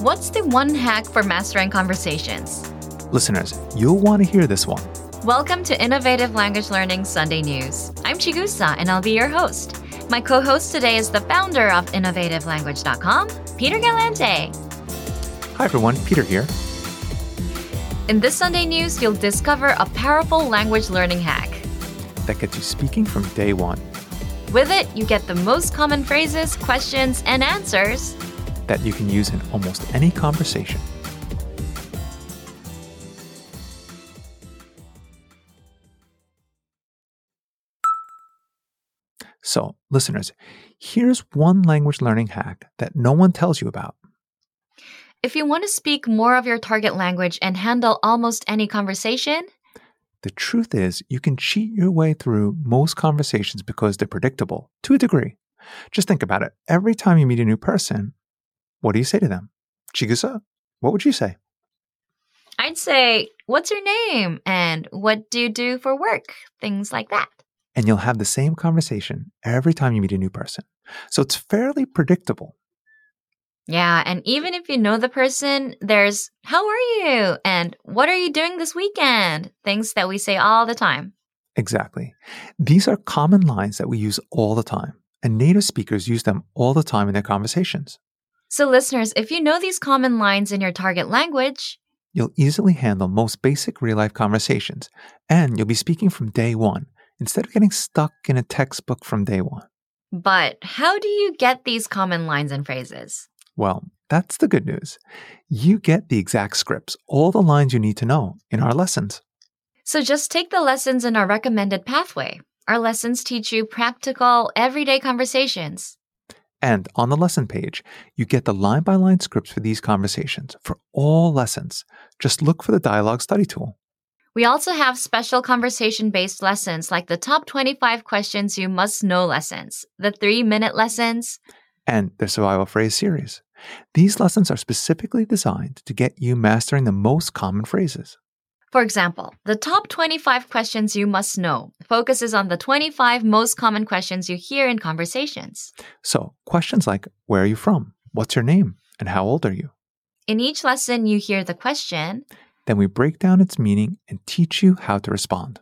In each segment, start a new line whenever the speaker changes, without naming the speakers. What's the one hack for mastering conversations?
Listeners, you'll want to hear this one.
Welcome to Innovative Language Learning Sunday News. I'm Chigusa, and I'll be your host. My co host today is the founder of InnovativeLanguage.com, Peter Galante.
Hi, everyone. Peter here.
In this Sunday News, you'll discover a powerful language learning hack.
That gets you speaking from day one.
With it, you get the most common phrases, questions, and answers
That you can use in almost any conversation. So, listeners, here's one language learning hack that no one tells you about.
If you want to speak more of your target language and handle almost any conversation,
The truth is, you can cheat your way through most conversations because they're predictable to a degree. Just think about it. Every time you meet a new person, what do you say to them? Chigusa, what would you say?
I'd say, What's your name? and What do you do for work? Things like that.
And you'll have the same conversation every time you meet a new person. So it's fairly predictable.
Yeah, and even if you know the person, there's How are you? and What are you doing this weekend? Things that we say all the time.
Exactly. These are common lines that we use all the time, and native speakers use them all the time in their conversations.
So, listeners, if you know these common lines in your target language,
You'll easily handle most basic real life conversations, and you'll be speaking from day one instead of getting stuck in a textbook from day one.
but how do you get these common lines and phrases?
Well, that's the good news. You get the exact scripts, all the lines you need to know in our lessons.
So just take the lessons in our recommended pathway. Our lessons teach you practical, everyday conversations.
And on the lesson page, you get the line by line scripts for these conversations for all lessons. Just look for the dialogue study tool.
We also have special conversation based lessons like the top 25 questions you must know lessons, the three minute lessons.
and their survival phrase series. These lessons are specifically designed to get you mastering the most common phrases.
For example, the top 25 questions you must know focuses on the 25 most common questions you hear in conversations.
So, questions like Where are you from? What's your name? And how old are you?
In each lesson, you hear the question.
Then we break down its meaning and teach you how to respond.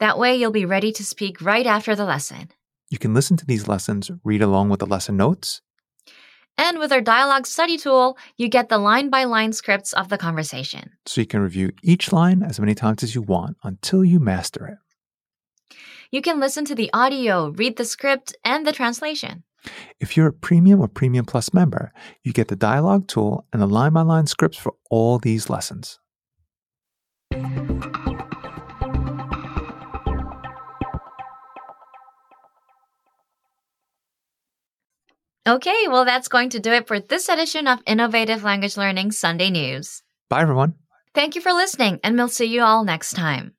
That way, you'll be ready to speak right after the lesson.
You can listen to these lessons, read along with the lesson notes,
And with our dialogue study tool, you get the line by line scripts of the conversation.
so you can review each line as many times as you want until you master it.
You can listen to the audio, read the script, and the translation.
If you're a Premium or Premium Plus member, you get the dialogue tool and the line by line scripts for all these lessons.
Okay, well, that's going to do it for this edition of Innovative Language Learning Sunday News.
Bye, everyone.
Thank you for listening, and we'll see you all next time.